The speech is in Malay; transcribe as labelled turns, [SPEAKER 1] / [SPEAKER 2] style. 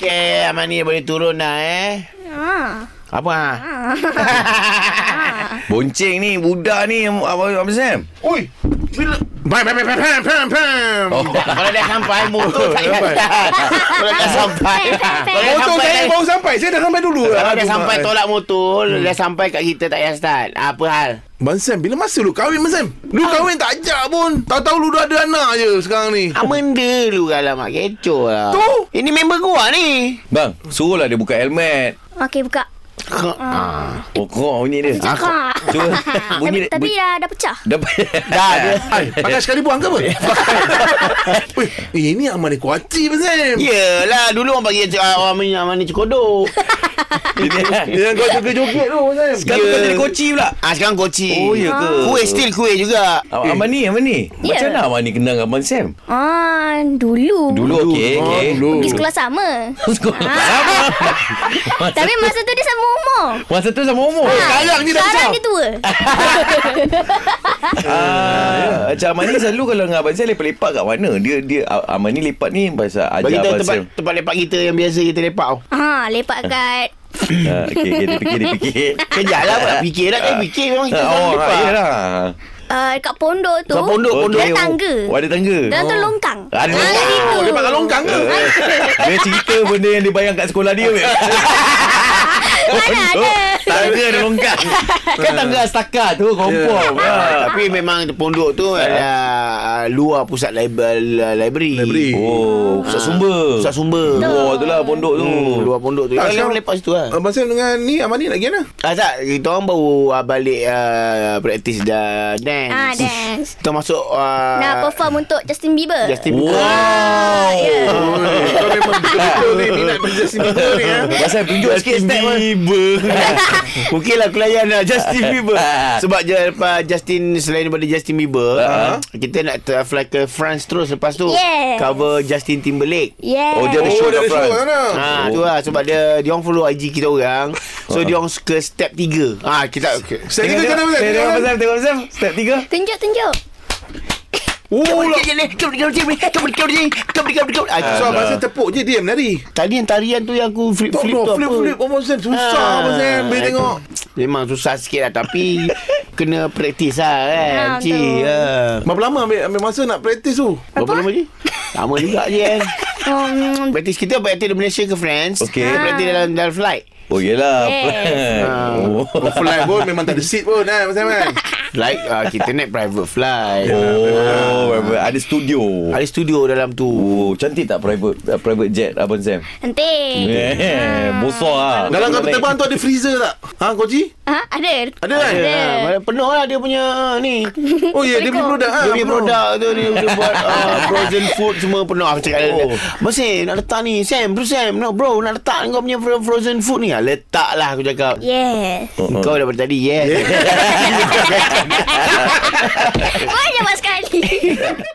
[SPEAKER 1] Eh, lah mani boleh turun dah eh.
[SPEAKER 2] Ha.
[SPEAKER 1] Apa ha?
[SPEAKER 3] Bonceng ni Budak ni Abang, Abang Sam
[SPEAKER 1] Oi. Bila
[SPEAKER 4] Bam, bam, bam, bam, bam, bam, bam.
[SPEAKER 3] Oh.
[SPEAKER 1] kalau dah sampai motor tak payah.
[SPEAKER 4] Sampai.
[SPEAKER 1] Kalau dah sampai. Kalau dah
[SPEAKER 4] Motor
[SPEAKER 1] sampai
[SPEAKER 4] saya
[SPEAKER 1] dah-
[SPEAKER 4] baru sampai Saya dah sampai dulu
[SPEAKER 1] kalau dah
[SPEAKER 4] Aduh,
[SPEAKER 1] sampai
[SPEAKER 4] Mak. eh.
[SPEAKER 1] tolak motor, dah sampai kat kita tak payah start. Apa hal?
[SPEAKER 4] Abang Sam Bila masa lu kahwin Abang Sam Lu
[SPEAKER 3] Ah.
[SPEAKER 4] kahwin tak ajak pun Tahu-tahu lu dah ada anak je Sekarang ni
[SPEAKER 1] Amenda Ah, lu kalau mak kecoh lah.
[SPEAKER 4] Tu.
[SPEAKER 1] Ini member gua ni.
[SPEAKER 3] Bang Suruhlah dia buka helmet
[SPEAKER 2] Okey buka.
[SPEAKER 1] Ah.
[SPEAKER 3] Oh kau bunyi dia
[SPEAKER 2] Cakap.
[SPEAKER 3] Ah, kau- Cuba Bunyi dia
[SPEAKER 2] Tapi, tapi ya.
[SPEAKER 3] bunyi-
[SPEAKER 2] dah, dah pecah.
[SPEAKER 3] Dapat
[SPEAKER 1] Dah dia.
[SPEAKER 4] Hai, pakai sekali buang ke apa? Weh, eh, ini aman ni kuaci, Abang Sam.
[SPEAKER 3] Ya,
[SPEAKER 1] Yelah dulu orang bagi uh, orang ni orang ni cekodok.
[SPEAKER 4] Yang kau joget-joget tu, Abang Sam.
[SPEAKER 3] Sekarang
[SPEAKER 1] Ya.
[SPEAKER 3] kau jadi koci pula
[SPEAKER 1] ah sekarang koci.
[SPEAKER 3] Oh ya ke
[SPEAKER 1] Kuih still kuih juga.
[SPEAKER 3] Ab- Abang ni Abang ni
[SPEAKER 2] Ya.
[SPEAKER 3] Macam mana Abang ni kenal Abang Sam
[SPEAKER 2] Ah, dulu.
[SPEAKER 3] Dulu okey
[SPEAKER 4] Ah,
[SPEAKER 3] okay.
[SPEAKER 4] dulu.
[SPEAKER 2] Pergi sekolah sama.
[SPEAKER 3] Sekolah sama Masa,
[SPEAKER 2] Tapi masa tu dia sama umur.
[SPEAKER 3] masa tu sama umur
[SPEAKER 2] Ah.
[SPEAKER 4] Sekarang ni dah
[SPEAKER 2] Sekarang
[SPEAKER 4] besar.
[SPEAKER 2] dia tua.
[SPEAKER 3] Ah, Macam Abang ni selalu Kalau dengan Abang Sam Lepak-lepak kat mana Dia dia Abang ni lepak ni Pasal
[SPEAKER 1] Bagi
[SPEAKER 3] ajar
[SPEAKER 1] tahu
[SPEAKER 3] Abang
[SPEAKER 1] tempat
[SPEAKER 3] Sam
[SPEAKER 1] tempat lepak kita yang biasa kita lepak. tau.
[SPEAKER 2] ha, lepak kat
[SPEAKER 3] Ah, Okey okey, dia fikir Dia fikir
[SPEAKER 1] Kejap lah apa fikir dah kan fikir memang kita
[SPEAKER 3] Ah,
[SPEAKER 1] orang
[SPEAKER 3] Oh
[SPEAKER 1] lepak.
[SPEAKER 3] Yelah
[SPEAKER 2] uh, dekat pondok tu.
[SPEAKER 1] Dekat pondok,
[SPEAKER 3] Okey,
[SPEAKER 1] pondok.
[SPEAKER 2] Ada
[SPEAKER 3] oh.
[SPEAKER 2] tangga.
[SPEAKER 3] Oh ada tangga
[SPEAKER 2] Dalam tu longkang. Ah,
[SPEAKER 3] Ada longkang.
[SPEAKER 2] gitu.
[SPEAKER 4] Oh, lepak kat longkang ke?
[SPEAKER 3] Eh, Dia cerita benda yang dia bayang kat sekolah dia weh. Oh,
[SPEAKER 2] Mana ada.
[SPEAKER 3] Tangga dia Ya. longkang Kan tangga setakat tu Confirm
[SPEAKER 1] Ah, tapi memang pondok tu adalah ah, luar pusat libel, library.
[SPEAKER 4] Library.
[SPEAKER 3] ah. Oh Pusat sumber
[SPEAKER 1] Pusat sumber.
[SPEAKER 3] Luar tu lah pondok tu
[SPEAKER 1] Hmm, luar pondok tu. Tak,
[SPEAKER 4] Tak, sekarang- Ah.
[SPEAKER 1] lepak situ lah.
[SPEAKER 4] Abang Eh, Sam dengan ni, Abang ni nak pergi mana?
[SPEAKER 1] Ah, tak, kita orang baru ah, balik ah, praktis dah dance.
[SPEAKER 2] Ah, dance.
[SPEAKER 1] Kita masuk ah,
[SPEAKER 2] Nak perform untuk Justin Bieber. Ah, ya.
[SPEAKER 1] Justin Bieber.
[SPEAKER 3] Wow eh.
[SPEAKER 4] Oh. Oi, eh, Kau memang betul-betul ni Minat Justin Bieber ni eh.
[SPEAKER 3] Pasal tunjuk sikit
[SPEAKER 1] Justin
[SPEAKER 3] step eh.
[SPEAKER 1] Bieber Okey lah aku layan lah Justin Bieber
[SPEAKER 3] Ah.
[SPEAKER 1] Sebab je lepas Justin Selain daripada Justin Bieber ah,
[SPEAKER 4] Ah.
[SPEAKER 1] Kita nak ter- fly ke France terus Lepas tu
[SPEAKER 2] Yes.
[SPEAKER 1] Cover Justin Timberlake
[SPEAKER 2] Yeah.
[SPEAKER 3] Oh, dia ada
[SPEAKER 4] Oh,
[SPEAKER 3] show
[SPEAKER 4] dia
[SPEAKER 3] kat
[SPEAKER 4] ada show
[SPEAKER 3] France.
[SPEAKER 4] kat sana.
[SPEAKER 1] Ha
[SPEAKER 3] Oh.
[SPEAKER 1] tu lah sebab dia dia orang follow IG kita orang. So
[SPEAKER 4] Ah.
[SPEAKER 1] dia orang ke step 3. Ha kita
[SPEAKER 4] Step tiga macam mana, Ustaz?
[SPEAKER 3] Tengok Abang Sam Tengok Abang Sam Step tiga
[SPEAKER 2] Tunjuk, tunjuk.
[SPEAKER 4] Oh lah So
[SPEAKER 1] So
[SPEAKER 4] Abang Sam tepuk je Dia menari
[SPEAKER 1] tadi yang tarian Ah, tu yang aku flip
[SPEAKER 4] Tak
[SPEAKER 1] flip
[SPEAKER 4] no
[SPEAKER 1] tu apa?
[SPEAKER 4] Flip-flip Abang Sam Susah
[SPEAKER 1] Ah.
[SPEAKER 4] Abang Sam Boleh tengok
[SPEAKER 1] Memang susah sikit lah Tapi Kena praktis lah kan
[SPEAKER 2] Ah,
[SPEAKER 1] Cik
[SPEAKER 2] betul.
[SPEAKER 1] ha.
[SPEAKER 4] Berapa lama ambil, ambil masa nak praktis tu
[SPEAKER 1] Berapa lama je? Lama juga je kan
[SPEAKER 2] Um,
[SPEAKER 1] Praktis kita Praktis dari Malaysia ke France
[SPEAKER 3] Okey.
[SPEAKER 1] Kita Praktis dalam, dalam flight
[SPEAKER 3] Oh yelah
[SPEAKER 2] Yes.
[SPEAKER 3] Oh.
[SPEAKER 4] Kau fly pun Memang tak ada seat pun kan Abang Sam kan
[SPEAKER 1] Like uh, Kita naik private flight
[SPEAKER 3] Oh Ada studio
[SPEAKER 1] Ada studio dalam tu
[SPEAKER 3] Oh cantik tak private uh, private jet Abang Sam
[SPEAKER 2] nanti.
[SPEAKER 3] Eh, Bosor lah
[SPEAKER 4] Dalam kapal terbang tu ada freezer tak Ha Koji
[SPEAKER 2] Ha, ada.
[SPEAKER 4] Ada kan
[SPEAKER 1] Ha, penuh lah dia punya ni
[SPEAKER 4] Oh ya yeah, dia punya produk ha,
[SPEAKER 1] Dia punya produk tu Dia, dia buat uh, frozen food semua penuh Aku cakap
[SPEAKER 3] Oh.
[SPEAKER 1] oh. Mesin nak letak ni Sam Bro Sam no, Bro nak letak kau punya fro- frozen food ni Ah, Letak lah aku cakap
[SPEAKER 2] Ya. Yeah.
[SPEAKER 1] uh-huh. Kau daripada tadi Yes
[SPEAKER 2] Kau aja buat sekali.